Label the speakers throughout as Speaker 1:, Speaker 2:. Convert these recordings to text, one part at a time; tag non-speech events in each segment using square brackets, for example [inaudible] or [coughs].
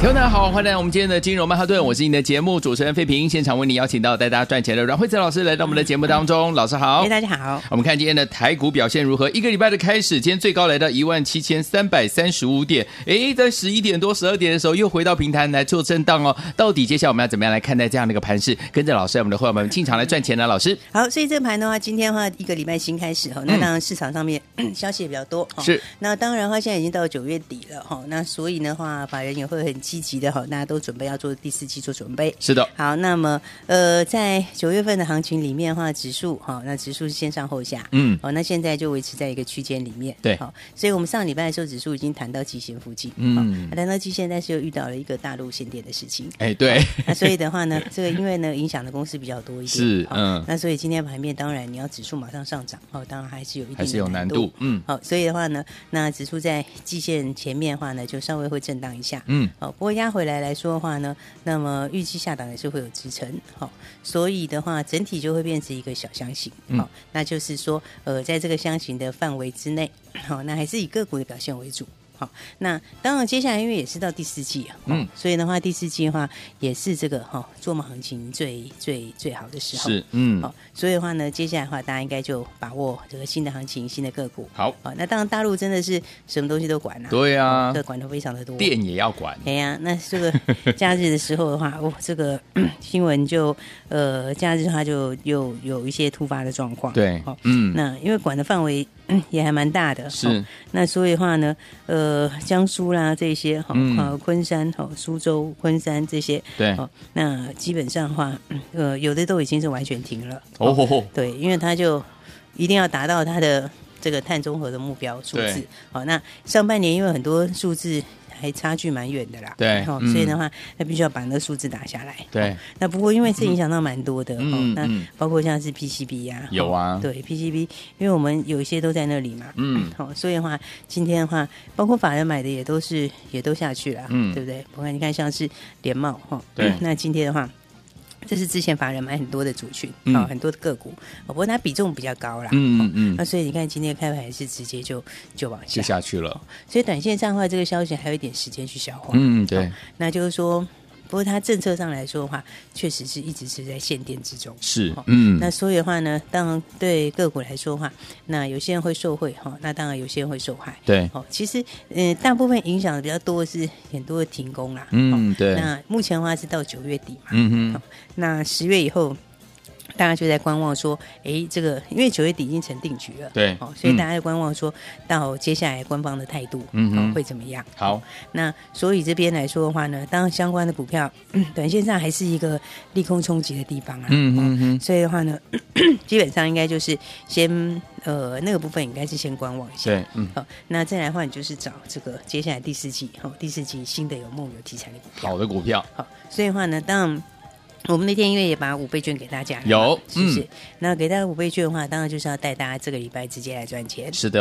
Speaker 1: 听众大家好，欢迎来到我们今天的金融曼哈顿，我是你的节目主持人费平，现场为你邀请到带大家赚钱的阮慧慈老师来到我们的节目当中，老师好
Speaker 2: 哎，。大家好。
Speaker 1: 我们看今天的台股表现如何？一个礼拜的开始，今天最高来到一万七千三百三十五点，诶，在十一点多、十二点的时候又回到平台来做震荡哦。到底接下来我们要怎么样来看待这样的一个盘势？跟着老师，我们的会员们进场来赚钱呢？老师
Speaker 2: 好，所以这个盘的话，今天的话一个礼拜新开始哈，那当然市场上面、 [coughs] 消息也比较多哈。
Speaker 1: 嗯是，
Speaker 2: 那当然的话，现在已经到九月底了哈，那所以的话，法人也会很积极的哈，大家都准备要做第四季做准备。
Speaker 1: 是的，
Speaker 2: 好，那么呃，在九月份的行情里面的话，指数哈、那指数是先上后下，哦
Speaker 1: 嗯
Speaker 2: 好、那现在就维持在一个区间里面，
Speaker 1: 对
Speaker 2: 好、所以我们上礼拜的时候，指数已经谈到极限附近，
Speaker 1: 嗯
Speaker 2: 嗯，那谈到极限，但是又遇到了一个大陆限电的事情，
Speaker 1: 哎，对， [laughs]
Speaker 2: 那所以的话呢，这个因为呢影响的公司比较多一点，
Speaker 1: 是
Speaker 2: 好
Speaker 1: 嗯
Speaker 2: 那所以今天盘面当然你要指数马上上涨，哦，当然还是有一定的
Speaker 1: 还是有难
Speaker 2: 难
Speaker 1: 度，嗯
Speaker 2: 好，所以的话呢，那指数在季线前面的话呢，就稍微会震荡一下，
Speaker 1: 嗯，
Speaker 2: 好，不过压回来来说的话呢，那么预期下档也是会有支撑，好、所以的话整体就会变成一个小箱型，
Speaker 1: 嗯
Speaker 2: 好、那就是说，呃，在这个箱型的范围之内，好、那还是以个股的表现为主。好，那当然，接下来因为也是到第四季啊，
Speaker 1: 嗯
Speaker 2: 嗯，所以的话，第四季的话也是这个哈、哦、做梦行情最最最好的时候，
Speaker 1: 是，嗯
Speaker 2: 好、，所以的话呢，接下来的话，大家应该就把握这个新的行情、新的个股。
Speaker 1: 好，
Speaker 2: 好、那当然大陆真的是什么东西都管啊，
Speaker 1: 对啊
Speaker 2: 这管的非常的多，
Speaker 1: 电也要管，
Speaker 2: 哎呀，那这个
Speaker 1: [laughs]
Speaker 2: 假日的时候的话，哦，这个 [clears throat] 新闻就呃，假日它就又有一些突发的状况。
Speaker 1: 对
Speaker 2: 好，
Speaker 1: 嗯
Speaker 2: 那因为管的范围 [clears throat] 也还蛮大的，
Speaker 1: 是
Speaker 2: 哦那所以的话呢，呃，江苏啦这些，哈、
Speaker 1: 嗯
Speaker 2: 哦，昆山、哦，苏州、昆山这些，
Speaker 1: 对，
Speaker 2: 哦，那基本上的话，呃，有的都已经是完全停了。
Speaker 1: 哦吼吼，
Speaker 2: 对，因为它就一定要达到它的这个碳中和的目标数字
Speaker 1: 对。
Speaker 2: 好，那上半年因为很多数字还差距蛮远的啦，
Speaker 1: 对
Speaker 2: 好
Speaker 1: 嗯
Speaker 2: 所以的话，那必须要把那个数字打下来。
Speaker 1: 对，
Speaker 2: 那不过因为这影响到蛮多的，
Speaker 1: 嗯
Speaker 2: 哦，那
Speaker 1: 嗯
Speaker 2: 包括像是 PCB 呀、
Speaker 1: 有啊
Speaker 2: 哦对 PCB，因为我们有一些都在那里嘛，
Speaker 1: 嗯
Speaker 2: 好、所以的话，今天的话，包括法人买的也都是也都下去了，
Speaker 1: 嗯
Speaker 2: 对不对？我看你看像是联茂哈，哦
Speaker 1: 对
Speaker 2: 那今天的话。这是之前法人买很多的族群，
Speaker 1: 嗯
Speaker 2: 啊、很多的个股，哦不过它比重比较高啦，
Speaker 1: 嗯嗯
Speaker 2: 哦那
Speaker 1: 嗯，
Speaker 2: 所以你看今天开盘是直接就就往
Speaker 1: 就
Speaker 2: 下，
Speaker 1: 下去了，
Speaker 2: 所以短线上的话，这个消息还有一点时间去消化，
Speaker 1: 嗯对，
Speaker 2: 那就是说，不过它政策上来说的话，确实是一直是在限电之中。
Speaker 1: 是
Speaker 2: 哦，
Speaker 1: 嗯，
Speaker 2: 那所以的话呢，当然对个股来说的话，那有些人会受惠哈、哦，那当然有些人会受害。
Speaker 1: 对，
Speaker 2: 哦，其实嗯、呃大部分影响的比较多的是很多的停工啦。哦，
Speaker 1: 嗯对，
Speaker 2: 那目前的话是到九月底嘛，
Speaker 1: 嗯哼，
Speaker 2: 那十月以后。大家就在观望说，诶，这个因为九月底已经成定局了，
Speaker 1: 对
Speaker 2: 哦，所以
Speaker 1: 嗯
Speaker 2: 大家在观望说，到接下来官方的态度，
Speaker 1: 嗯哼
Speaker 2: 哦会怎么样？
Speaker 1: 好，
Speaker 2: 那所以这边来说的话呢，当然相关的股票，嗯短线上还是一个利空冲击的地方啊。
Speaker 1: 嗯哼哼，
Speaker 2: 所以的话呢，基本上应该就是先呃那个部分应该是先观望一下。
Speaker 1: 对，嗯。
Speaker 2: 好、那再来的话，你就是找这个接下来第四季，好、第四季新的有梦有题材的股票。
Speaker 1: 好的股票，
Speaker 2: 好、所以的话呢，当然我们那天因为也把五倍券给大家了嘛，
Speaker 1: 有
Speaker 2: 是不是？
Speaker 1: 嗯
Speaker 2: 那给大家五倍券的话，当然就是要带大家这个礼拜直接来赚钱。
Speaker 1: 是的，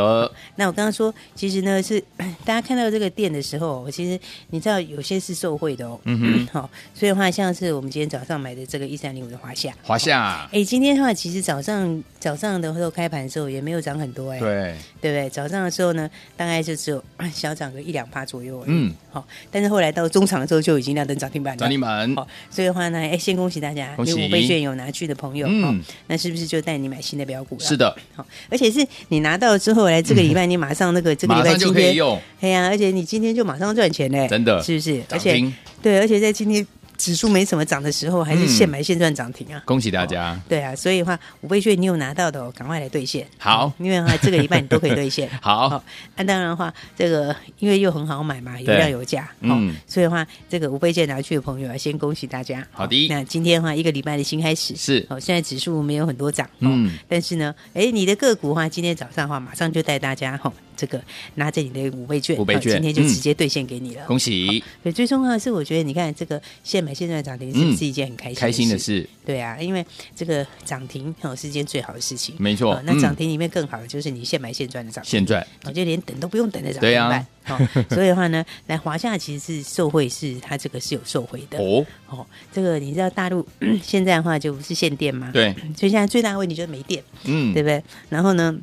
Speaker 2: 那我刚刚说，其实呢是大家看到这个店的时候，我其实你知道有些是受贿的哦。嗯哼，好、所以的话像是我们今天早上买的这个一三零五的华夏，
Speaker 1: 华夏，
Speaker 2: 哎，今天的话其实早上早上的时候开盘的时候也没有涨很多哎，
Speaker 1: 对，
Speaker 2: 对不对？早上的时候呢，大概就只有啊小涨个一两趴左右而已。
Speaker 1: 嗯，
Speaker 2: 好、但是后来到中场的时候就已经亮灯涨停板了。
Speaker 1: 涨停板，
Speaker 2: 好、所以的话呢，哎，先恭喜大家，
Speaker 1: 恭喜
Speaker 2: 因为五倍券有拿去的朋友，
Speaker 1: 嗯
Speaker 2: 哦，那是不是就带你买新的标股了？
Speaker 1: 是的，嗯
Speaker 2: 好，而且是你拿到之后来这个礼拜，你马上那个这个礼
Speaker 1: 马
Speaker 2: 拜
Speaker 1: 上就
Speaker 2: 今
Speaker 1: 可以
Speaker 2: 天，
Speaker 1: 用，
Speaker 2: 哎呀，而且你今天就马上赚钱嘞，
Speaker 1: 真的
Speaker 2: 是不是？而
Speaker 1: 涨
Speaker 2: 且
Speaker 1: 停，
Speaker 2: 对，而且在今天指数没什么涨的时候，还
Speaker 1: 嗯
Speaker 2: 是现买现赚涨停啊。
Speaker 1: 恭喜大家，
Speaker 2: 对啊，所以的话，五倍券你有拿到的、哦，赶快来兑现。
Speaker 1: 好
Speaker 2: 因为的话这个礼拜你都可以
Speaker 1: [laughs]
Speaker 2: 兑现。
Speaker 1: 好，
Speaker 2: 那、当然的话，这个因为又很好买嘛，有
Speaker 1: 对
Speaker 2: 量有价，
Speaker 1: 嗯
Speaker 2: 哦，所以的话，这个五倍券拿去的朋友啊，先恭喜大家。
Speaker 1: 好的
Speaker 2: 哦那今天的话，一个礼拜的新开始
Speaker 1: 是
Speaker 2: 哦，现在指数没有很多涨，哦
Speaker 1: 嗯，
Speaker 2: 啊但是呢，哎，你的个股的话，今天早上的话，马上就带大家哈、哦，这个拿着你的五倍券，
Speaker 1: 五倍
Speaker 2: 好
Speaker 1: 券
Speaker 2: 今天就
Speaker 1: 嗯
Speaker 2: 直接兑现给你了。
Speaker 1: 恭喜，
Speaker 2: 所以最重要的是，我觉得你看这个现买现赚涨停是
Speaker 1: 嗯
Speaker 2: 不是一件很开心
Speaker 1: 开心的
Speaker 2: 事？
Speaker 1: 是
Speaker 2: 对啊，因为这个涨停哦是一件最好的事情。
Speaker 1: 没错
Speaker 2: 哦那涨
Speaker 1: 嗯
Speaker 2: 停里面更好的就是你现买现赚的涨停，
Speaker 1: 现赚，
Speaker 2: 我就连等都不用等的涨
Speaker 1: 对
Speaker 2: 停
Speaker 1: 啊
Speaker 2: 板。
Speaker 1: [laughs]
Speaker 2: 哦，所以的话呢，来华夏其实是受惠，是它这个是有受惠的。
Speaker 1: 哦，
Speaker 2: 哦，这个你知道大陆 [clears throat] 现在的话就不是限电吗？，
Speaker 1: 对，
Speaker 2: 所以现在最大的问题就是没电，
Speaker 1: 嗯
Speaker 2: 对，不对？然后呢，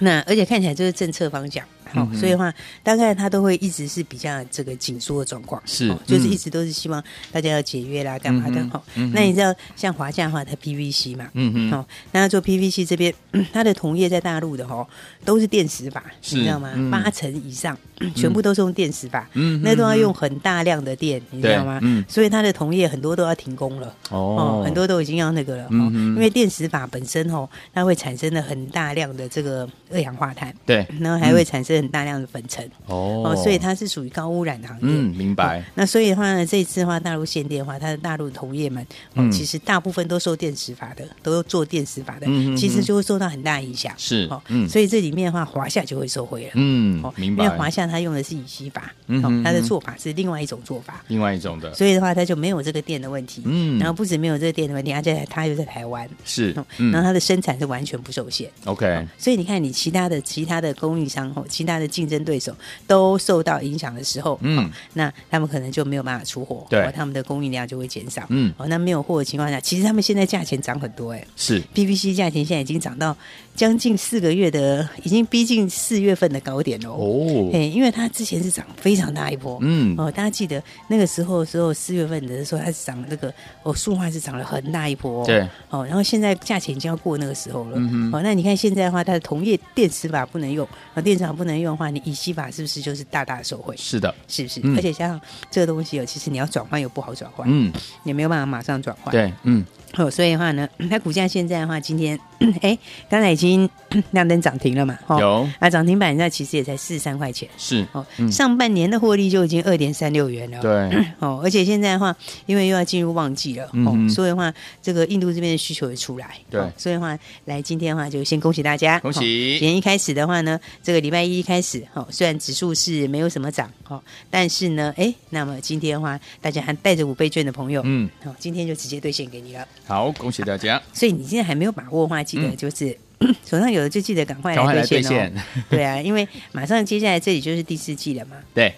Speaker 2: 那而且看起来就是政策方向，哦，
Speaker 1: 嗯哼
Speaker 2: 所以的话大概它都会一直是比较这个紧缩的状况，
Speaker 1: 是
Speaker 2: 哦就是
Speaker 1: 嗯
Speaker 2: 一直都是希望大家要节约啦，干嘛的
Speaker 1: 嗯哼
Speaker 2: 哦
Speaker 1: 嗯哼
Speaker 2: 那你知道像华夏的话，它 PVC 嘛，
Speaker 1: 嗯哼，
Speaker 2: 哦，那它做 PVC 这边， [clears throat] 它的同业在大陆的哦，都是电池法，
Speaker 1: 是
Speaker 2: 你知道吗
Speaker 1: 嗯？
Speaker 2: 八成以上全部都是用电池法，
Speaker 1: 嗯
Speaker 2: 那都要用很大量的电，你知道吗
Speaker 1: 对嗯？
Speaker 2: 所以它的同业很多都要停工了。哦，很多都已经要那个了，哦
Speaker 1: 嗯哼
Speaker 2: 因为电磁法本身哦，它会产生了很大量的这个二氧化碳，
Speaker 1: 对，
Speaker 2: 然后还会产生很大量的粉尘，
Speaker 1: 哦
Speaker 2: 哦，所以它是属于高污染的行业。
Speaker 1: 嗯，明白
Speaker 2: 哦，那所以的话呢，这一次的话，大陆限电的话，它的大陆同业们，哦
Speaker 1: 嗯
Speaker 2: 其实大部分都受电磁法的，都做电磁法的，
Speaker 1: 嗯嗯嗯
Speaker 2: 其实就会受到很大影响。
Speaker 1: 是
Speaker 2: 哦，，
Speaker 1: 嗯，
Speaker 2: 所以这里面的话，华夏就会受惠了。哦
Speaker 1: 嗯，明白
Speaker 2: 因为，华夏它用的是乙烯法，
Speaker 1: 嗯哼
Speaker 2: 哦，它的
Speaker 1: 嗯哼
Speaker 2: 做法是另外一种做法，
Speaker 1: 另外一种的，
Speaker 2: 所以的话，它就没有这个电的问题。
Speaker 1: 嗯
Speaker 2: 然后不止没有这个电的问题，而且它又在台湾，
Speaker 1: 是
Speaker 2: 哦，
Speaker 1: 嗯
Speaker 2: 然后它的生产是完全不受限。
Speaker 1: ，OK，
Speaker 2: 所以你看，你其他的其他的供应商哦，其他的竞争对手都受到影响的时候，
Speaker 1: 嗯
Speaker 2: 哦那他们可能就没有办法出货，
Speaker 1: 对
Speaker 2: 哦他们的供应量就会减少，
Speaker 1: 嗯
Speaker 2: 哦，那没有货的情况下，其实他们现在价钱涨很多、哎
Speaker 1: 是，
Speaker 2: ，PVC 价钱现在已经涨到将近四个月的，已经逼近四月份的高点哦，
Speaker 1: 哦
Speaker 2: 哎、，因为它之前是涨非常大一波，
Speaker 1: 嗯
Speaker 2: 哦，大家记得那个时候，时候四月份的时候，它是涨那个哦，塑化是涨了很大一波、哦，
Speaker 1: 对，嗯
Speaker 2: 哦，然后现在价钱已经要过那个时候了，哦，那你看现在的话，它的同业电池法不能用，哦，电池法不能用的话，你乙烯法是不是就是大大受惠？
Speaker 1: 是的，
Speaker 2: 是不是？
Speaker 1: 嗯
Speaker 2: 而且加上这个东西哦，其实你要转换又不好转换，
Speaker 1: 嗯，
Speaker 2: 也没有办法马上转换，
Speaker 1: 对，嗯，
Speaker 2: 哦，所以的话呢，它股价现在的话，今天哎，刚才已经亮灯涨停了嘛，哦，
Speaker 1: 有
Speaker 2: 啊，涨停板那其实也才四十三块钱。
Speaker 1: 是，
Speaker 2: 哦，
Speaker 1: 嗯
Speaker 2: 上半年的获利就已经二点三六元了。
Speaker 1: 对，
Speaker 2: 哦，而且现在的话，因为又要进入旺季了，
Speaker 1: 嗯
Speaker 2: 哦
Speaker 1: 哼，
Speaker 2: 所以的话，这个印度这边的需求也出来，
Speaker 1: 对
Speaker 2: 哦所以的话，来今天的话就先恭喜大家，
Speaker 1: 恭
Speaker 2: 哦
Speaker 1: 喜
Speaker 2: 今天一开始的话呢，这个礼拜一开始，哦，虽然指数是没有什么涨，哦，但是呢，哎，那么今天的话，大家还带着五倍券的朋友，
Speaker 1: 嗯，
Speaker 2: 哦，今天就直接兑现给你了。
Speaker 1: 好，恭喜大家，
Speaker 2: 所以你现在还没有把握的话，记得
Speaker 1: 嗯
Speaker 2: 就是、 [coughs] 手上有的就记得赶快
Speaker 1: 赶快
Speaker 2: 来
Speaker 1: 来兑
Speaker 2: 兑现
Speaker 1: 现
Speaker 2: 哦。，对啊，因为马上接下来这里就是第四季了嘛。
Speaker 1: 对，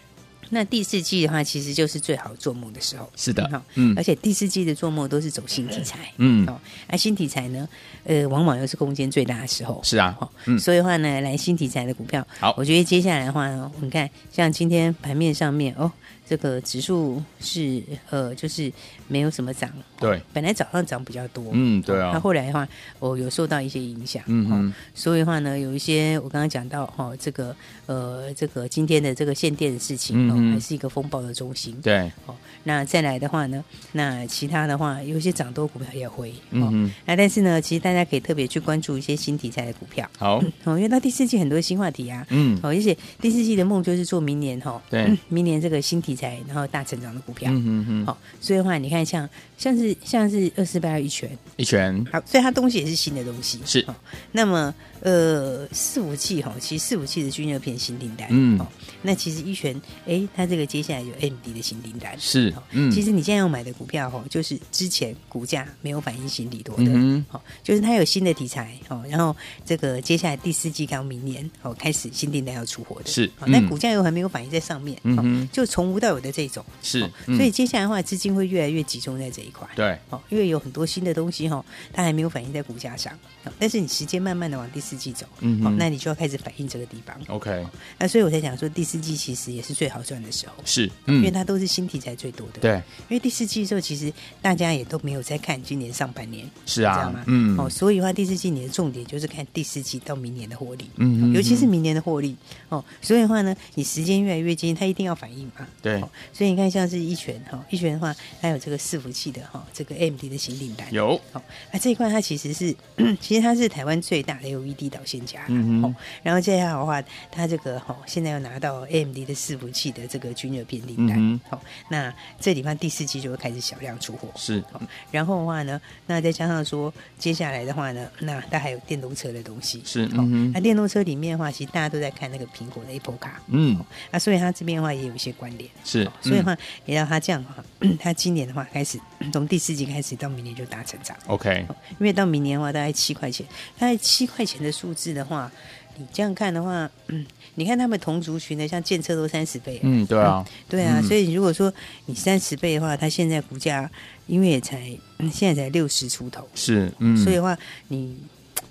Speaker 2: 那第四季的话，其实就是最好做梦的时候。
Speaker 1: 是的
Speaker 2: 好哎
Speaker 1: 嗯
Speaker 2: 而且第四季的做梦都是走新题材。
Speaker 1: 嗯
Speaker 2: 哦，啊，新题材呢，呃，往往又是空间最大的时候。
Speaker 1: 是啊
Speaker 2: 哦，
Speaker 1: 嗯
Speaker 2: 所以的话呢，来新题材的股票，
Speaker 1: 好
Speaker 2: 我觉得接下来的话呢，你看，像今天盘面上面哦，这个指数是呃，就是没有什么涨。
Speaker 1: 对，
Speaker 2: 本来早上涨比较多。
Speaker 1: 嗯，对
Speaker 2: 那
Speaker 1: 啊，
Speaker 2: 后来的话，我有受到一些影响，
Speaker 1: 嗯
Speaker 2: 哦
Speaker 1: 哼，
Speaker 2: 所以的话呢，有一些我刚刚讲到哈、哦，这个呃，这个今天的这个限电的事情，哦
Speaker 1: 嗯，哼
Speaker 2: 还是一个风暴的中心。
Speaker 1: 对，
Speaker 2: 哦，那再来的话呢，那其他的话，有一些涨多股票也会。
Speaker 1: 嗯
Speaker 2: 哦，
Speaker 1: 哼，
Speaker 2: 那但是呢，其实大家可以特别去关注一些新题材的股票。
Speaker 1: 好，
Speaker 2: 哦，因为到第四季很多新话题啊。
Speaker 1: 嗯，
Speaker 2: 哦，而且第四季的梦就是做明年哈、哦，
Speaker 1: 对
Speaker 2: 嗯明年这个新题材，然后大成长的股票。
Speaker 1: 嗯哼哼，
Speaker 2: 哦，所以的话，你看像像是像是二四八一拳，
Speaker 1: 一拳，
Speaker 2: 好，所以它东西也是新的东西。
Speaker 1: 是
Speaker 2: 哦、那么呃，四五器哈，其实四五器的均热片新订单，
Speaker 1: 嗯
Speaker 2: 哦，那其实一拳，哎，它这个接下来有 M D 的新订单
Speaker 1: 是
Speaker 2: 哦
Speaker 1: 嗯
Speaker 2: 其实你现在要买的股票哦，就是之前股价没有反应新利多的，
Speaker 1: 嗯
Speaker 2: 哦，就是它有新的题材哦，然后这个接下来第四季刚明年哦开始新订单要出货的，
Speaker 1: 是
Speaker 2: 哦，但
Speaker 1: 嗯
Speaker 2: 股价又还没有反应在上面，
Speaker 1: 嗯
Speaker 2: 哦
Speaker 1: 哼，
Speaker 2: 就从无到有的这种，
Speaker 1: 是
Speaker 2: 哦
Speaker 1: 嗯
Speaker 2: 所以接下来的话，资金会越来越集中在这一块，
Speaker 1: 对，
Speaker 2: 哦，因为有很多新的东西哈、哦，它还没有反映在股价上、哦但是你时间慢慢的往第四季走，
Speaker 1: 嗯哼嗯
Speaker 2: 哦，那你就要开始反映这个地方。
Speaker 1: ，OK，
Speaker 2: 那所以我才讲说，第四季其实也是最好赚的时候，
Speaker 1: 是，
Speaker 2: 因为
Speaker 1: 嗯，
Speaker 2: 它都是新题材最多的。，
Speaker 1: 对，
Speaker 2: 因为第四季的时候，其实大家也都没有在看今年上半年，
Speaker 1: 是
Speaker 2: 你知道
Speaker 1: 啊
Speaker 2: 吗，？
Speaker 1: 嗯，
Speaker 2: 哦，所以的话，第四季你的重点就是看第四季到明年的获利，
Speaker 1: 嗯哼
Speaker 2: 尤其是
Speaker 1: 嗯
Speaker 2: 明年的获利哦。所以的话呢，你时间越来越接近，它一定要反应嘛。
Speaker 1: 对对
Speaker 2: 好所以你看像是一拳哈，一拳的话，它有这个伺服器的哈，这个 AMD 的新订单
Speaker 1: 有，
Speaker 2: 好、啊，这一块它其实是，其实它是台湾最大的 LED 导线架啦，
Speaker 1: 嗯哼
Speaker 2: 哦，然后接下来的话，它这个哈、哦，现在又拿到 AMD 的伺服器的这个均热变订单，好、
Speaker 1: 嗯
Speaker 2: 那这地方第四季就会开始小量出货，
Speaker 1: 是
Speaker 2: 好、然后的话呢，那再加上说接下来的话呢，那它还有电动车的东西，
Speaker 1: 是，
Speaker 2: 好
Speaker 1: 嗯
Speaker 2: 那、
Speaker 1: 哼
Speaker 2: 电动车里面的话，其实大家都在看那个苹果的 Apple 卡，
Speaker 1: 嗯，
Speaker 2: 啊，所以它这边的话也有一些关联。
Speaker 1: 是
Speaker 2: 哦，所以的
Speaker 1: 嗯
Speaker 2: 话，也让它这样哈，它今年的话开始从第四季开始到明年就大成长。
Speaker 1: OK，
Speaker 2: 哦因为到明年的话，大概七块钱，大概七块钱的数字的话，你这样看的话，嗯，你看他们同族群的，像建车都三十倍，
Speaker 1: 嗯，对啊，
Speaker 2: 对啊，
Speaker 1: 嗯
Speaker 2: 所以如果说你三十倍的话，它现在股价因为也才、嗯现在才六十出头，
Speaker 1: 是，嗯，
Speaker 2: 所以的话，你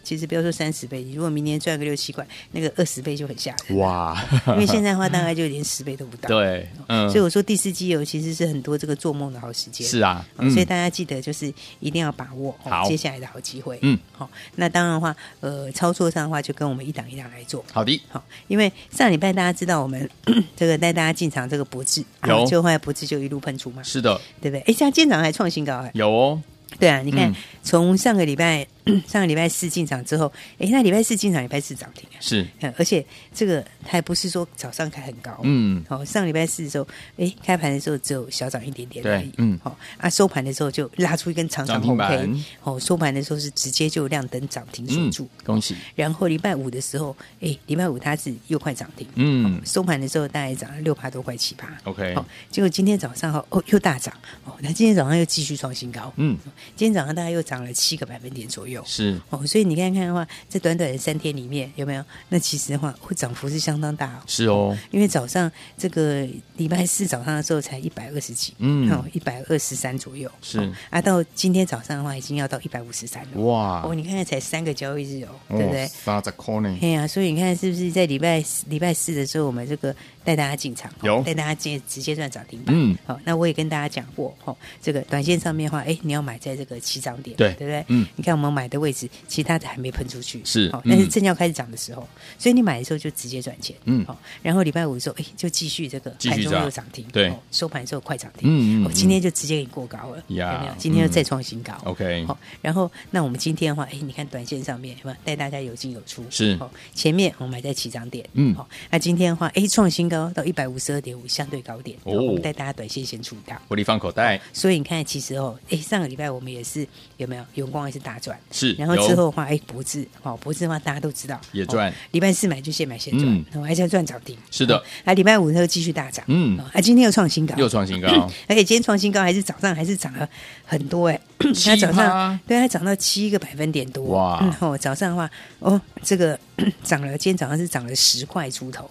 Speaker 2: 其实不要说三十倍，你如果明年赚个六七块，那个二十倍就很吓人， [laughs]
Speaker 1: 哇，
Speaker 2: 因为现在的话大概就连十倍都不到，，
Speaker 1: [laughs] 对，嗯，
Speaker 2: 所以我说第四季哦，其实是很多这个做梦的好时间，
Speaker 1: 是啊，
Speaker 2: 哦所以大家记得就是一定要把握、哦
Speaker 1: 好
Speaker 2: 接下来的好机会。
Speaker 1: 嗯，
Speaker 2: 好、那当然的话，呃，操作上的话就跟我们一档一档来做。
Speaker 1: 好的，
Speaker 2: 好、因为上礼拜大家知道我们 [coughs] 这个带大家进场这个博智，
Speaker 1: 有
Speaker 2: 啊就后来博智就一路喷出嘛，
Speaker 1: 是的，
Speaker 2: 对不对？哎，这样进场还创新高哎，
Speaker 1: 有哦，
Speaker 2: 对啊，你看、
Speaker 1: 嗯
Speaker 2: 从上个礼拜 [coughs] 上个礼拜四进场之后，哎，那礼拜四进场，礼拜四涨停啊
Speaker 1: 是，
Speaker 2: 嗯，而且这个还不是说早上开很高，
Speaker 1: 嗯，
Speaker 2: 好、上礼拜四的时候，哎，开盘的时候只有小涨一点点
Speaker 1: 对
Speaker 2: 而已，
Speaker 1: 嗯
Speaker 2: 好、啊，收盘的时候就拉出一根长长
Speaker 1: 涨停
Speaker 2: 红
Speaker 1: 板
Speaker 2: K，哦，收盘的时候是直接就亮灯涨停锁
Speaker 1: 嗯
Speaker 2: 住，，
Speaker 1: 恭喜，
Speaker 2: 然后礼拜五的时候，哎，礼拜五它是又快涨停，
Speaker 1: 嗯
Speaker 2: 收盘的时候大概涨了六趴多，快七趴，
Speaker 1: ，OK，
Speaker 2: 好、结果今天早上哦哦又大涨，哦，那今天早上又继续创新高，
Speaker 1: 嗯，
Speaker 2: 今天早上大概又涨了七个百分点左右，
Speaker 1: 是，
Speaker 2: 哦，所以你看看的话，在短短的三天里面有没有？那其实的话，会涨幅是相当大哦。
Speaker 1: 是哦，
Speaker 2: 因为早上这个礼拜四早上的时候才一百二十几，
Speaker 1: 嗯
Speaker 2: 哦，一百二十三左右，
Speaker 1: 是
Speaker 2: 哦啊，到今天早上的话已经要到一百五十三了。
Speaker 1: 哇
Speaker 2: 哦，你看看才三个交易日哦，对不对？
Speaker 1: 三十块呢，
Speaker 2: 哎呀、所以你看是不是在礼拜四礼拜四的时候，我们这个带大家进场，哦
Speaker 1: 有
Speaker 2: 带大家接直接赚涨停板。
Speaker 1: 嗯
Speaker 2: 好、那我也跟大家讲过，哦，这个短线上面的话，哎，你要买在这个起涨点，
Speaker 1: 对
Speaker 2: 对不对？
Speaker 1: 嗯，
Speaker 2: 你看我们买的位置，其他的还没喷出去，
Speaker 1: 是
Speaker 2: 哦，但是
Speaker 1: 嗯
Speaker 2: 正要开始涨的时候，所以你买的时候就直接赚钱，
Speaker 1: 嗯
Speaker 2: 好、然后礼拜五的时候，哎，就继续这个
Speaker 1: 继续
Speaker 2: 盘中
Speaker 1: 涨
Speaker 2: 又涨停，
Speaker 1: 对
Speaker 2: 哦收盘之后快涨停，
Speaker 1: 嗯嗯
Speaker 2: 哦，今天就直接给你过高了，
Speaker 1: 呀
Speaker 2: 有没有？今天又
Speaker 1: 嗯
Speaker 2: 再创新高、
Speaker 1: ，OK，
Speaker 2: 好、然后那我们今天的话，哎，你看短线上面，有没有带大家有进有出？
Speaker 1: 是
Speaker 2: 哦，前面我们还在起涨点，
Speaker 1: 嗯
Speaker 2: 好、那今天的话，哎，创新高到一百五十二点五，相对高点，
Speaker 1: 哦
Speaker 2: 我们带大家短线先出一趟。
Speaker 1: 我力放口袋，
Speaker 2: 所以你看，其实哦，哎，上个礼拜我们也是有没有永光也是大赚，
Speaker 1: 是，
Speaker 2: 然后
Speaker 1: 有
Speaker 2: 之后的话，哎，博智，哦，博智的话大家都知道
Speaker 1: 也赚
Speaker 2: 哦礼拜四买就现买现赚
Speaker 1: 嗯，
Speaker 2: 我、还在赚涨停，
Speaker 1: 是的
Speaker 2: 哦，啊，礼拜五它又继续大涨，
Speaker 1: 嗯
Speaker 2: 哦啊，今天又创新高，
Speaker 1: 又创新高，
Speaker 2: 而且今天创新高还是早上还是涨了很
Speaker 1: [clears throat]
Speaker 2: 多哎、
Speaker 1: 7%
Speaker 2: 它早上对它涨到七个百分点多
Speaker 1: 哇
Speaker 2: 嗯哦，早上的话哦，这个 [clears throat] 涨了，今天早上是涨了十块出头。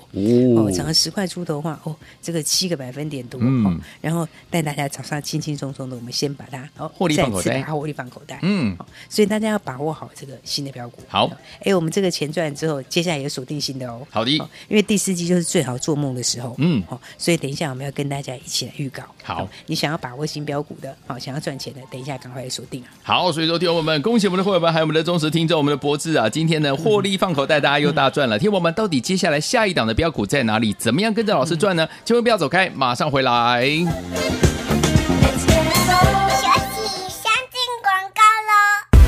Speaker 2: 哦，涨了十块出头的话，哦，这个七个百分点多，
Speaker 1: 嗯
Speaker 2: 哦，然后带大家早上轻轻松松的，我们先把它哦，
Speaker 1: 获利放口袋
Speaker 2: 再次把它获利放口袋，
Speaker 1: 嗯
Speaker 2: 哦，所以大家要把握好这个新的标股。
Speaker 1: 好
Speaker 2: 哎，我们这个钱赚之后，接下来有锁定新的哦，
Speaker 1: 好的
Speaker 2: 哦因为第四季就是最好做梦的时候，
Speaker 1: 嗯
Speaker 2: 哦，所以等一下我们要跟大家一起来预告。
Speaker 1: 好
Speaker 2: 哦你想要把握新标股的，好、想要赚钱的，等一下赶快来锁定啊！
Speaker 1: 好，所以说，听友们，恭喜我们的会员们，还有我们的忠实听众，我们的博智啊，今天呢获利放口袋，大家又大赚了。听友们，到底接下来下一档的标股在哪里？怎么样跟着老师赚呢？千万不要走开，马上回来。
Speaker 3: 学习先进广告喽。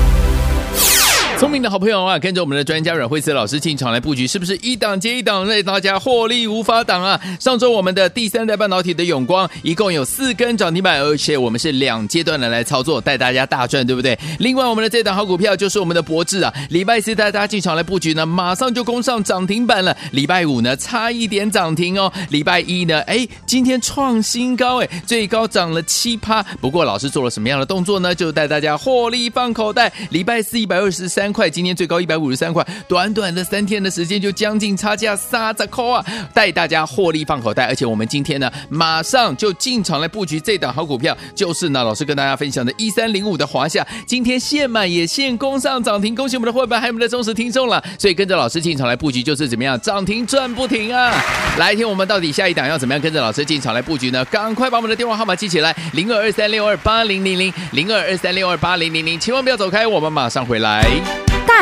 Speaker 1: 聪明的好朋友啊，跟着我们的专家阮慧慈老师进场来布局，是不是一档接一档让大家获利无法挡啊？上周我们的第三代半导体的永光一共有四根涨停板，而且我们是两阶段的来操作，带大家大赚，对不对？另外我们的这档好股票就是我们的博智啊，礼拜四带大家进场来布局呢，马上就攻上涨停板了。礼拜五呢差一点涨停哦，礼拜一呢，哎，今天创新高哎，最高涨了七趴。不过老师做了什么样的动作呢？就带大家获利放口袋。礼拜四一百二十三块，今天最高一百五十三块，短短的三天的时间就将近差价三十块啊，带大家获利放口袋。而且我们今天呢，马上就进场来布局这档好股票，就是呢老师跟大家分享的一三零五的华夏，今天现买也现攻上涨停，恭喜我们的伙伴还有我们的忠实听众了。所以跟着老师进场来布局就是怎么样，涨停赚不停啊！来，听我们到底下一档要怎么样跟着老师进场来布局呢？赶快把我们的电话号码记起来，零二二三六二八零零零，零二二三六二八零零零，千万不要走开，我们马上回来。
Speaker 4: 大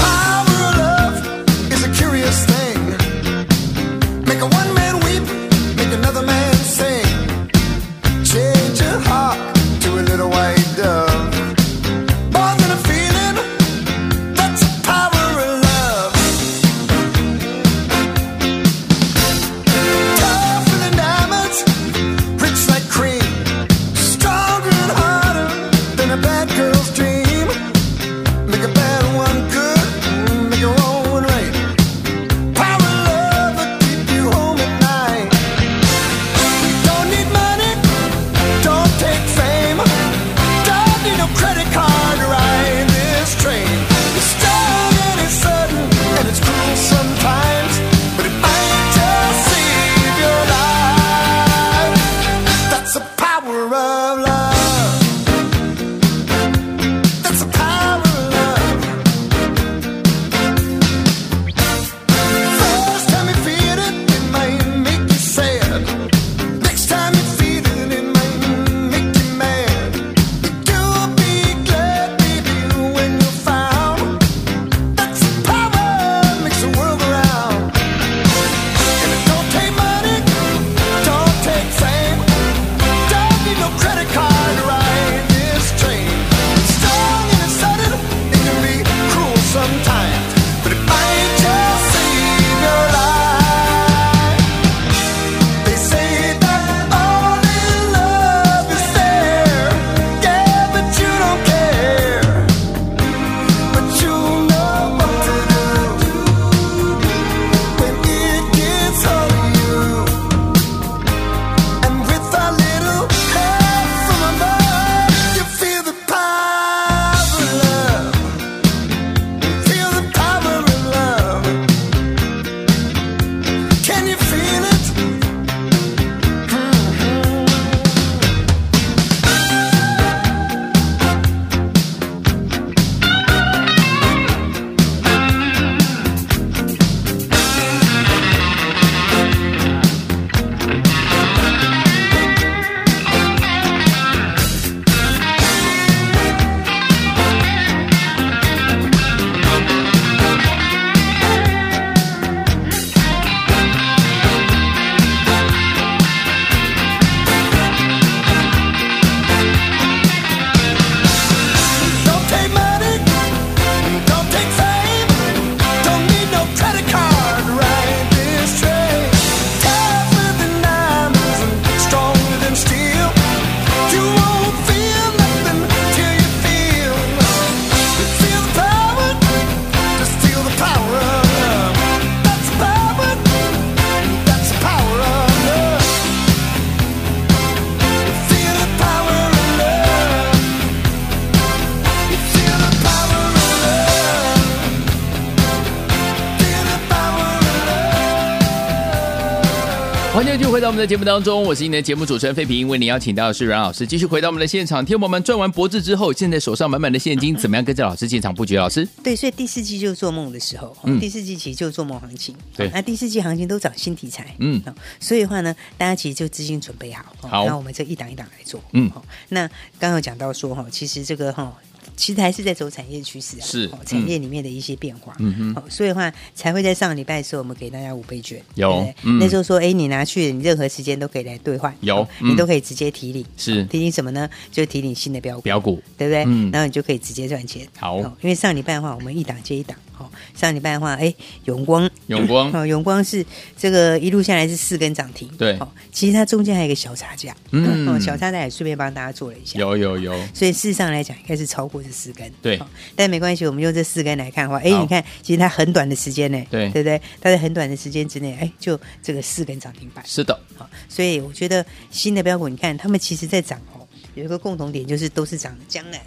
Speaker 5: power of love is a curious thing. Make a one man weep, make another man sing. Change your heart to a little white dove. Born in a feeling, that's the power of love. Tougher than diamonds, rich like cream. Stronger and harder than a bad girl's dream. Make a bad one good, mm, make a wrong one right. Power of love will keep you home at night. Don't need money, don't take fame, don't need no credit card to ride this train. It's strong and it's sudden and it's cruel sometimes, but it might just save your life. That's the power of love. That's the power of love. First time you feel it, it might make you sad. Next time you feel it, it might make you mad. You'll be glad, baby, when you're found. That's the power makes the world go round. And it don't take money, don't take fame, don't need no credit.
Speaker 1: 欢迎继续回到我们的节目当中，我是你的节目主持人费平，为你邀请到的啊是阮老师，继续回到我们的现场。天友们赚完脖子之后，现在手上满满的现金，怎么样跟着老师进场布局？老师，
Speaker 2: 对，所以第四季就是做梦的时候，
Speaker 1: 嗯
Speaker 2: 第四季其实就是做梦行情。
Speaker 1: 对
Speaker 2: 那第四季行情都涨新题材，
Speaker 1: 嗯
Speaker 2: 哦，所以的话呢，大家其实就资金准备好，哦
Speaker 1: 好
Speaker 2: 那我们这一档一档来做，
Speaker 1: 嗯
Speaker 2: 哦，那刚刚有讲到说哈，其实这个哈。其实还是在走产业趋势啊，
Speaker 1: 是
Speaker 2: 哦
Speaker 1: 嗯
Speaker 2: 产业里面的一些变化，
Speaker 1: 嗯
Speaker 2: 哦，所以的话才会在上个礼拜的时候，我们给大家五倍券，
Speaker 1: 有
Speaker 2: 对不对
Speaker 1: 嗯
Speaker 2: 那时候说，哎，你拿去，你任何时间都可以来兑换，
Speaker 1: 有
Speaker 2: 哦
Speaker 1: 嗯
Speaker 2: 你都可以直接提领，
Speaker 1: 是
Speaker 2: 哦提领什么呢？就提领新的标股，
Speaker 1: 标股
Speaker 2: 对不对？
Speaker 1: 嗯
Speaker 2: 然后你就可以直接赚钱。
Speaker 1: 好
Speaker 2: 哦因为上礼拜的话，我们一档接一档。哦，上礼拜的话，哎，永光，
Speaker 1: 永光
Speaker 2: [laughs] 哦，永光是这个一路下来是四根涨停。
Speaker 1: 对
Speaker 2: 哦，其实它中间还有一个小差价，
Speaker 1: 嗯
Speaker 2: 哦，小差价也顺便帮大家做了一下。
Speaker 1: 有有有，
Speaker 2: 所以事实上来讲，应该是超过这四根，
Speaker 1: 对
Speaker 2: 好但没关系，我们用这四根来看的话，哎，
Speaker 1: 好
Speaker 2: 你看，其实它很短的时间内，
Speaker 1: 对
Speaker 2: 对不对？它在很短的时间之内，哎，就这个四根涨停板，
Speaker 1: 是的，
Speaker 2: 好，所以我觉得新的标股，你看他们其实在涨哦，有一个共同点就是都是涨将来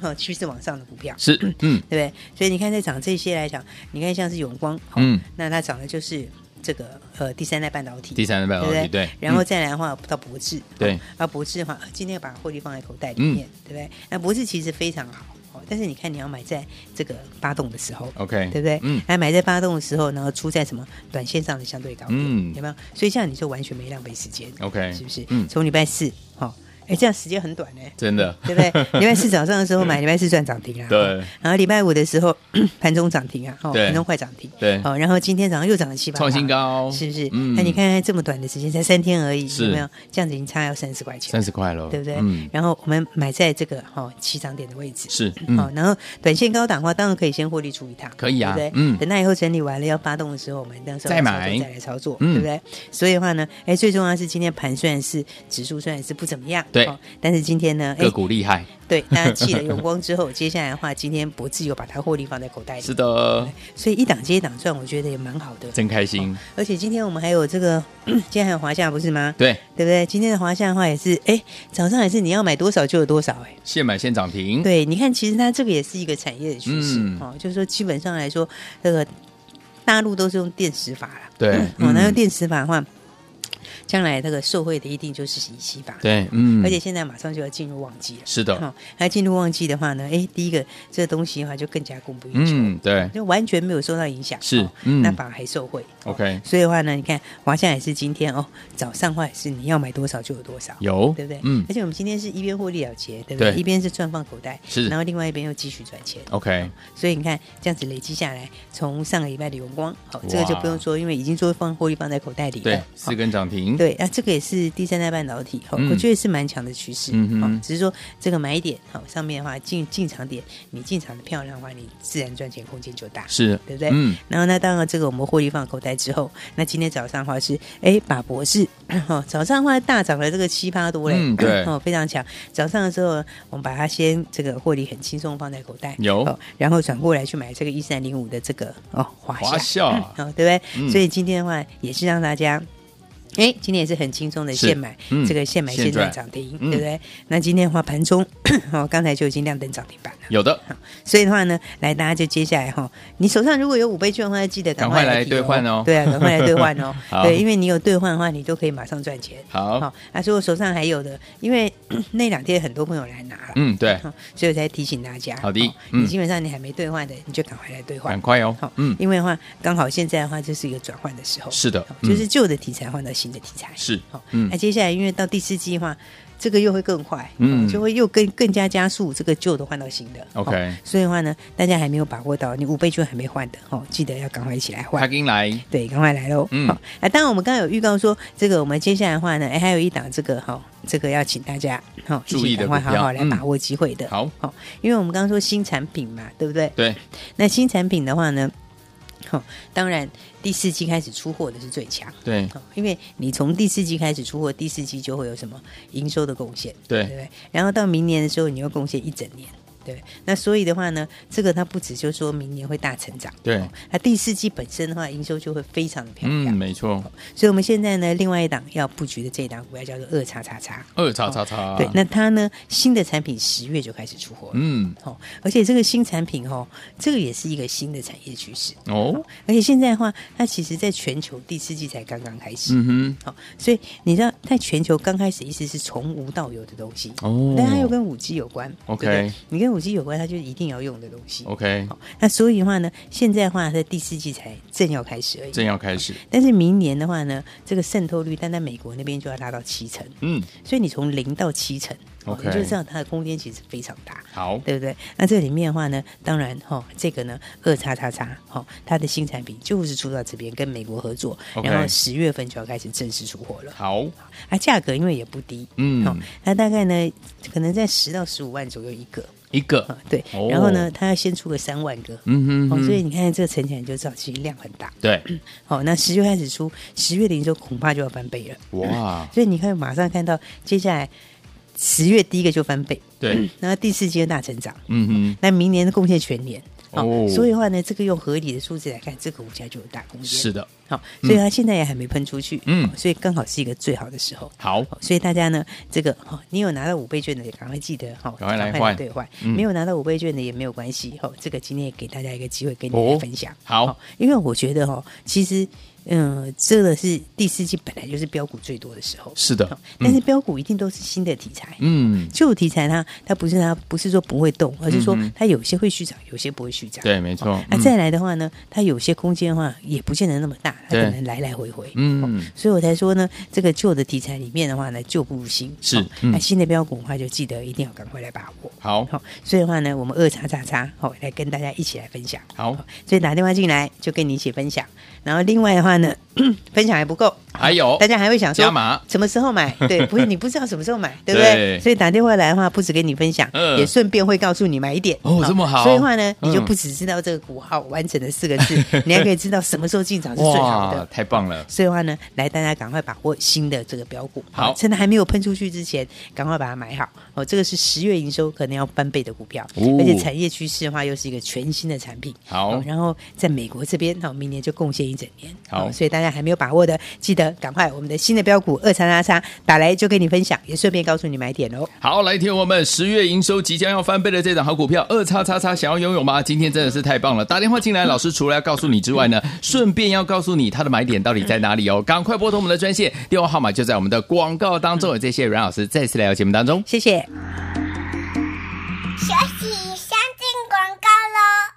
Speaker 2: 哦趋势往上的股票，
Speaker 1: 是，嗯，
Speaker 2: 对不对？所以你看在涨这些来讲，你看像是永光，哦、
Speaker 1: 嗯，
Speaker 2: 那它涨的就是这个呃第三代半导体，
Speaker 1: 第三代半导体
Speaker 2: 对不
Speaker 1: 对嗯
Speaker 2: 然后再来的话到博智，
Speaker 1: 对嗯
Speaker 2: 哦，啊博智的话，今天把获利放在口袋里面，对不对？那博智其实非常好。哦但是你看，你要买在这个发动的时候
Speaker 1: OK，
Speaker 2: 对不对？
Speaker 1: 嗯
Speaker 2: 嗯，那买在发动的时候，然后出在什么短线上的相对高点，
Speaker 1: 嗯
Speaker 2: 有没有？所以这样你就完全没浪费时间
Speaker 1: OK，
Speaker 2: 是不是？
Speaker 1: 嗯
Speaker 2: 嗯，从礼拜四，哦，哎，这样时间很短呢、
Speaker 1: 真的，
Speaker 2: 对不
Speaker 1: [laughs]
Speaker 2: 对？礼拜四早上的时候买，礼拜四赚涨停啊。
Speaker 1: 嗯对
Speaker 2: 哦然后礼拜五的时候 [clears throat] 盘中涨停啊，哦，
Speaker 1: 对
Speaker 2: 盘中快涨停。
Speaker 1: 对
Speaker 2: 哦，然后今天早上又涨了七八，
Speaker 1: 创新，高，
Speaker 2: 是不是？
Speaker 1: 嗯
Speaker 2: 那你看看这么短的时间，才三天而已，
Speaker 1: 是
Speaker 2: 有没有？这样子已经差要三十块钱
Speaker 1: 三，十块了，
Speaker 2: 对不对
Speaker 1: 嗯？，
Speaker 2: 然后我们买在这个哦起涨点的位置。
Speaker 1: 是，
Speaker 2: 好
Speaker 1: 嗯，，
Speaker 2: 然后短线高档的话，当然可以先获利出一趟，
Speaker 1: 可以啊
Speaker 2: 对不对？
Speaker 1: 嗯
Speaker 2: 等到以后整理完了要发动的时候，我们那时候
Speaker 1: 再
Speaker 2: 来操作
Speaker 1: 买
Speaker 2: 再来操作，
Speaker 1: 嗯
Speaker 2: 对不对？所以的话呢，哎，最重要的是今天盘虽然是指数虽然是不怎么样，
Speaker 1: 对
Speaker 2: 哦，但是今天呢，哎
Speaker 1: 个，股厉害，
Speaker 2: 对，大
Speaker 1: [laughs]
Speaker 2: 家弃了永光之后，接下来的话，今天博智有把它获利放在口袋里，
Speaker 1: 是的，
Speaker 2: 所以一档接一档赚，我觉得也蛮好的。
Speaker 1: 真开心，
Speaker 2: 而且今天我们还有这个，嗯今天还有华夏不是吗？
Speaker 1: 对，
Speaker 2: 对不对？今天的华夏的话也是，哎，早上也是你要买多少就有多少、哎。
Speaker 1: 现买现涨停，
Speaker 2: 对，你看，其实它这个也是一个产业的趋势、
Speaker 1: 嗯
Speaker 2: 哦，就是说基本上来说，这个大陆都是用电池法啦。
Speaker 1: 对
Speaker 2: 哦，那
Speaker 1: 嗯
Speaker 2: 用电池法的话，将来这个受惠的一定就是乙烯法。
Speaker 1: 对，嗯，
Speaker 2: 而且现在马上就要进入旺季了。
Speaker 1: 是的，
Speaker 2: 哦，那进入旺季的话呢，哎，第一个这东西的话就更加供不应求，
Speaker 1: 嗯，对，
Speaker 2: 就完全没有受到影响，
Speaker 1: 是
Speaker 2: 哦
Speaker 1: 嗯
Speaker 2: 那反而还受惠。哦
Speaker 1: OK
Speaker 2: 所以的话呢，你看华夏也是今天哦，早上的话也是你要买多少就有多少，
Speaker 1: 有，
Speaker 2: 对不对？
Speaker 1: 嗯
Speaker 2: 而且我们今天是一边获利了结，对不对？
Speaker 1: 对
Speaker 2: 一边是赚放口袋，
Speaker 1: 是哦
Speaker 2: 然后另外一边又继续赚钱。
Speaker 1: ，OK，
Speaker 2: 所以你看，这样子累积下来，从上个礼拜的荣光，好、
Speaker 1: 哇
Speaker 2: 这个就不用说，因为已经做放获利放在口袋里了。
Speaker 1: 对
Speaker 2: 好，
Speaker 1: 四根涨停，
Speaker 2: 对，那、这个也是第三代半导体，哦
Speaker 1: 嗯
Speaker 2: 我觉得是蛮强的趋势，
Speaker 1: 嗯哼
Speaker 2: 哦只是说这个买点，好、上面的话进进场点，你进场的漂亮的话，你自然赚钱空间就大，
Speaker 1: 是，
Speaker 2: 对不对？
Speaker 1: 嗯，
Speaker 2: 然后那当然，这个我们获利放口袋之后，那今天早上的话是，哎，把博士， [coughs] 哦，早上的话大涨了这个七八多嘞，
Speaker 1: 嗯对
Speaker 2: [coughs] 哦，非常强。早上的时候，我们把它先这个获利很轻松放在口袋，
Speaker 1: 有
Speaker 2: 哦，然后转过来去买这个一三零五的这个哦华夏，
Speaker 1: 华夏，
Speaker 2: 哦，对不对？
Speaker 1: 嗯
Speaker 2: 所以今天的话也是让大家。哎，今天也是很轻松的
Speaker 1: 是
Speaker 2: 现买，
Speaker 1: 嗯
Speaker 2: 这个现买
Speaker 1: 现
Speaker 2: 现赚
Speaker 1: 赚
Speaker 2: 涨停，
Speaker 1: 嗯
Speaker 2: 对不对？那今天的话，盘中 [coughs] 哦，刚才就已经亮灯涨停板了。
Speaker 1: 有的，
Speaker 2: 所以的话呢，来大家就接下来哈，你手上如果有五倍券的话，记得赶
Speaker 1: 赶
Speaker 2: 快
Speaker 1: 快来
Speaker 2: 提
Speaker 1: 兑换哦
Speaker 2: 对啊，赶快来兑换哦
Speaker 1: [laughs] 好。
Speaker 2: 对，因为你有兑换的话，你都可以马上赚钱。
Speaker 1: 好，，
Speaker 2: 那如果手上还有的，因为嗯那两天很多朋友来拿了，
Speaker 1: 嗯，对，
Speaker 2: 好，所以我才提醒大家。
Speaker 1: 好的
Speaker 2: 哦
Speaker 1: 嗯
Speaker 2: 你基本上你还没兑换的，你就赶快来兑换
Speaker 1: 赶。快哦
Speaker 2: 好，，
Speaker 1: 嗯，
Speaker 2: 因为的话，刚好现在的话就是一个转换的时候，
Speaker 1: 是的
Speaker 2: 好
Speaker 1: 嗯
Speaker 2: 就是旧的题材换到新的题材，
Speaker 1: 是
Speaker 2: 好，
Speaker 1: 嗯
Speaker 2: 那接下来因为到第四季的话，这个又会更快，
Speaker 1: 嗯
Speaker 2: 嗯，就会又更更加加速这个旧的换到新的
Speaker 1: OK
Speaker 2: 哦所以的话呢，大家还没有把握到，你五倍券还没换的哦，记得要赶快一起来
Speaker 1: 快
Speaker 2: 换。
Speaker 1: 进来，
Speaker 2: 对，赶快来喽！
Speaker 1: 嗯
Speaker 2: 好，那当然我们刚刚有预告说，这个我们接下来的话呢，哎，还有一档这个哈、哦，这个要请大家哈、哦，一起
Speaker 1: 注意的
Speaker 2: 赶快
Speaker 1: 股
Speaker 2: 好
Speaker 1: 票
Speaker 2: 好来
Speaker 1: 嗯
Speaker 2: 把握机会的。
Speaker 1: 好
Speaker 2: 哦，因为我们刚刚说新产品嘛，对不对？
Speaker 1: 对，
Speaker 2: 那新产品的话呢，好、当然第四季开始出货的是最强。
Speaker 1: 对，
Speaker 2: 哦因为你从第四季开始出货，第四季就会有什么营收的贡献，
Speaker 1: 对
Speaker 2: 对不对？然后到明年的时候，你又贡献一整年，对对，那所以的话呢，这个它不止就说明年会大成长，
Speaker 1: 对
Speaker 2: 哦那第四季本身的话，营收就会非常的漂亮。
Speaker 1: 嗯，没错，
Speaker 2: 所以我们现在呢，另外一档要布局的这一档股票叫做二叉叉叉，
Speaker 1: 二叉叉叉，
Speaker 2: 对，那它呢新的产品十月就开始出货了，
Speaker 1: 啊嗯，
Speaker 2: 哦，而且这个新产品哦，这个也是一个新的产业趋势，
Speaker 1: 哦，
Speaker 2: 而且现在的话，它其实在全球第四季才刚刚开始，
Speaker 1: 嗯
Speaker 2: 好、所以你知道，在全球刚开始意思是从无到有的东西，
Speaker 1: 哦
Speaker 2: 但它又跟五 G 有关
Speaker 1: OK 哦
Speaker 2: 对不对你跟五 G 有关，它就一定要用的东西。
Speaker 1: 哼，OK，
Speaker 2: 好那所以的话呢，现在的话在第四季才正要开始而已，
Speaker 1: 正要开始，
Speaker 2: 但是明年的话呢，这个渗透率单在美国那边就要拉到七成，
Speaker 1: 嗯，
Speaker 2: 所以你从零到七成，哦
Speaker 1: OK
Speaker 2: 你就知道它的空间其实非常大。
Speaker 1: 好，
Speaker 2: 对不对？那这里面的话呢，当然哈、哦，这个呢，二叉叉叉，哈，它的新产品就是出到这边，跟美国合作
Speaker 1: OK
Speaker 2: 然后十月份就要开始正式出货了。
Speaker 1: 好，
Speaker 2: 啊，价格因为也不低，
Speaker 1: 嗯
Speaker 2: 哦，那大概呢，可能在十到十五万左右一个，
Speaker 1: 一
Speaker 2: 啊
Speaker 1: 个，，
Speaker 2: 对
Speaker 1: 哦。
Speaker 2: 然后呢，它要先出个三万个，
Speaker 1: 嗯哼
Speaker 2: 哦，
Speaker 1: 哼
Speaker 2: 所以你看这个乘起来你就知道，其实量很大。
Speaker 1: 对，
Speaker 2: 好、那十月开始出，十月的营收恐怕就要翻倍了。
Speaker 1: 哇，
Speaker 2: 所以你看，马上看到接下来十月第一个就翻倍，
Speaker 1: 对，
Speaker 2: 然后第四阶大成长，
Speaker 1: 嗯哼，
Speaker 2: 那明年贡献全年。好、
Speaker 1: 哦
Speaker 2: 所以的话呢，这个用合理的数字来看，这个股价就有大空间。
Speaker 1: 是，的，
Speaker 2: 好、所以它现在也还没喷出去，
Speaker 1: 嗯
Speaker 2: 好所以刚好是一个最好的时候。
Speaker 1: 好，
Speaker 2: 好所以大家呢，这个哈、好你有拿到五倍券的，也赶快记得哈，好
Speaker 1: 赶快来换
Speaker 2: 兑换、
Speaker 1: 嗯
Speaker 2: 没有拿到五倍券的也没有关系哈、这个今天也给大家一个机会跟你
Speaker 1: 哦
Speaker 2: 来分享。
Speaker 1: 好
Speaker 2: 因为我觉得哈、其实嗯、呃这个是第四季本来就是标股最多的时候，
Speaker 1: 是的
Speaker 2: 好
Speaker 1: 嗯
Speaker 2: 但是标股一定都是新的题材，
Speaker 1: 嗯，
Speaker 2: 旧题材它它不是它不是说不会动，而是说
Speaker 1: 嗯哼
Speaker 2: 它有些会续涨，有些不会续涨。
Speaker 1: 对，没错
Speaker 2: 哦，那、
Speaker 1: 嗯
Speaker 2: 再来的话呢，它有些空间的话也不见得那么大，它
Speaker 1: 对
Speaker 2: 可能来来回回。
Speaker 1: 嗯
Speaker 2: 所以我才说呢，这个旧的题材里面的话呢，旧不如新。
Speaker 1: 是
Speaker 2: 哦
Speaker 1: 嗯
Speaker 2: 那、新的标股的话，就记得一定要赶快来把握。
Speaker 1: 好，
Speaker 2: 好、所以的话呢，我们二叉叉叉，好、来跟大家一起来分享。
Speaker 1: 好
Speaker 2: 哦所以打电话进来就跟你一起分享。然后另外的话呢， [clears throat] 分享还不够，
Speaker 1: 还有
Speaker 2: 大家还会想说
Speaker 1: 加码
Speaker 2: 什么时候买？
Speaker 1: [laughs]
Speaker 2: 对，不是你不知道什么时候买，对不对？
Speaker 1: 对
Speaker 2: 所以打电话来的话，不止跟你分享，
Speaker 1: 嗯
Speaker 2: 也顺便会告诉你买一点。
Speaker 1: 哦这么好
Speaker 2: 所以的话呢，你就
Speaker 1: 嗯
Speaker 2: 不只知道这个股号完整的四个
Speaker 1: [laughs]
Speaker 2: 字，你还可以知道什么时候进场是最好的。
Speaker 1: 太棒了，
Speaker 2: 所以的话呢，来大家赶快把握新的这个标股，
Speaker 1: 好
Speaker 2: 趁它还没有喷出去之前，赶快把它买好哦。这个是十月营收可能要翻倍的股票，
Speaker 1: 哦
Speaker 2: 而且产业趋势的话，又是一个全新的产品。
Speaker 1: 好
Speaker 2: 哦然后在美国这边，好、哦，明年就贡献一整年。哦
Speaker 1: 好
Speaker 2: 所以大家还没有把握的，记得赶快我们的新的标股二叉叉叉打来就跟你分享，也顺便告诉你买点哦。
Speaker 1: 好，来听我们十月营收即将要翻倍的这档好股票二叉叉叉，想要拥有吗？今天真的是太棒了！打电话进来，老师除了要告诉你之外呢，
Speaker 2: 嗯
Speaker 1: 顺便要告诉你它的买点到底在哪里哦。赶快拨通我们的专线，电话号码就在我们的广告当
Speaker 2: 嗯
Speaker 1: 中。这谢阮老师再次来到节目当中。
Speaker 2: 谢谢。
Speaker 3: 学习先进广告喽。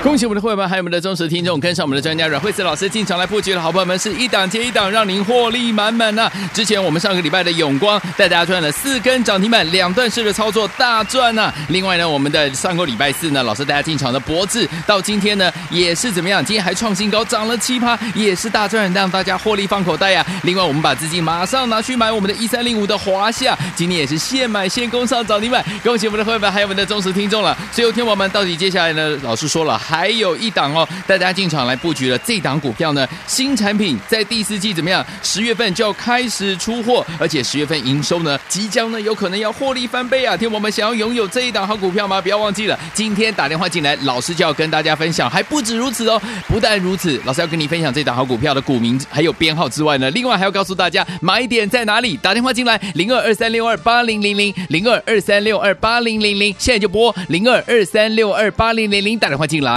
Speaker 1: 恭喜我们的会员，还有我们的忠实听众，跟上我们的专家阮慧慈老师进场来布局了，好朋友们是一档接一档，让您获利满满呐、之前我们上个礼拜的永光带大家赚了四根涨停板，两段式的操作大赚呐、另外呢，我们的上个礼拜四呢，老师带大家进场的博智，到今天呢也是怎么样？今天还创新高，涨了七趴，也是大赚，让大家获利放口袋呀、另外，我们把资金马上拿去买我们的一三零五的华夏，今天也是现买现攻上涨停板，恭喜我们的会员，还有我们的忠实听众了。所以，天王们到底接下来呢？老师说了，还有一档哦，带大家进场来布局了。这档股票呢，新产品在第四季怎么样？十月份就要开始出货，而且十月份营收呢，即将呢有可能要获利翻倍啊！天王们想要拥有这一档好股票吗？不要忘记了，今天打电话进来，老师就要跟大家分享。还不止如此哦，不但如此，老师要跟你分享这档好股票的股名还有编号之外呢，另外还要告诉大家买点在哪里。打电话进来，零二二三六二八零零零，零二二三六二八零零零，现在就拨零二二三六二八零零零，打电话进来。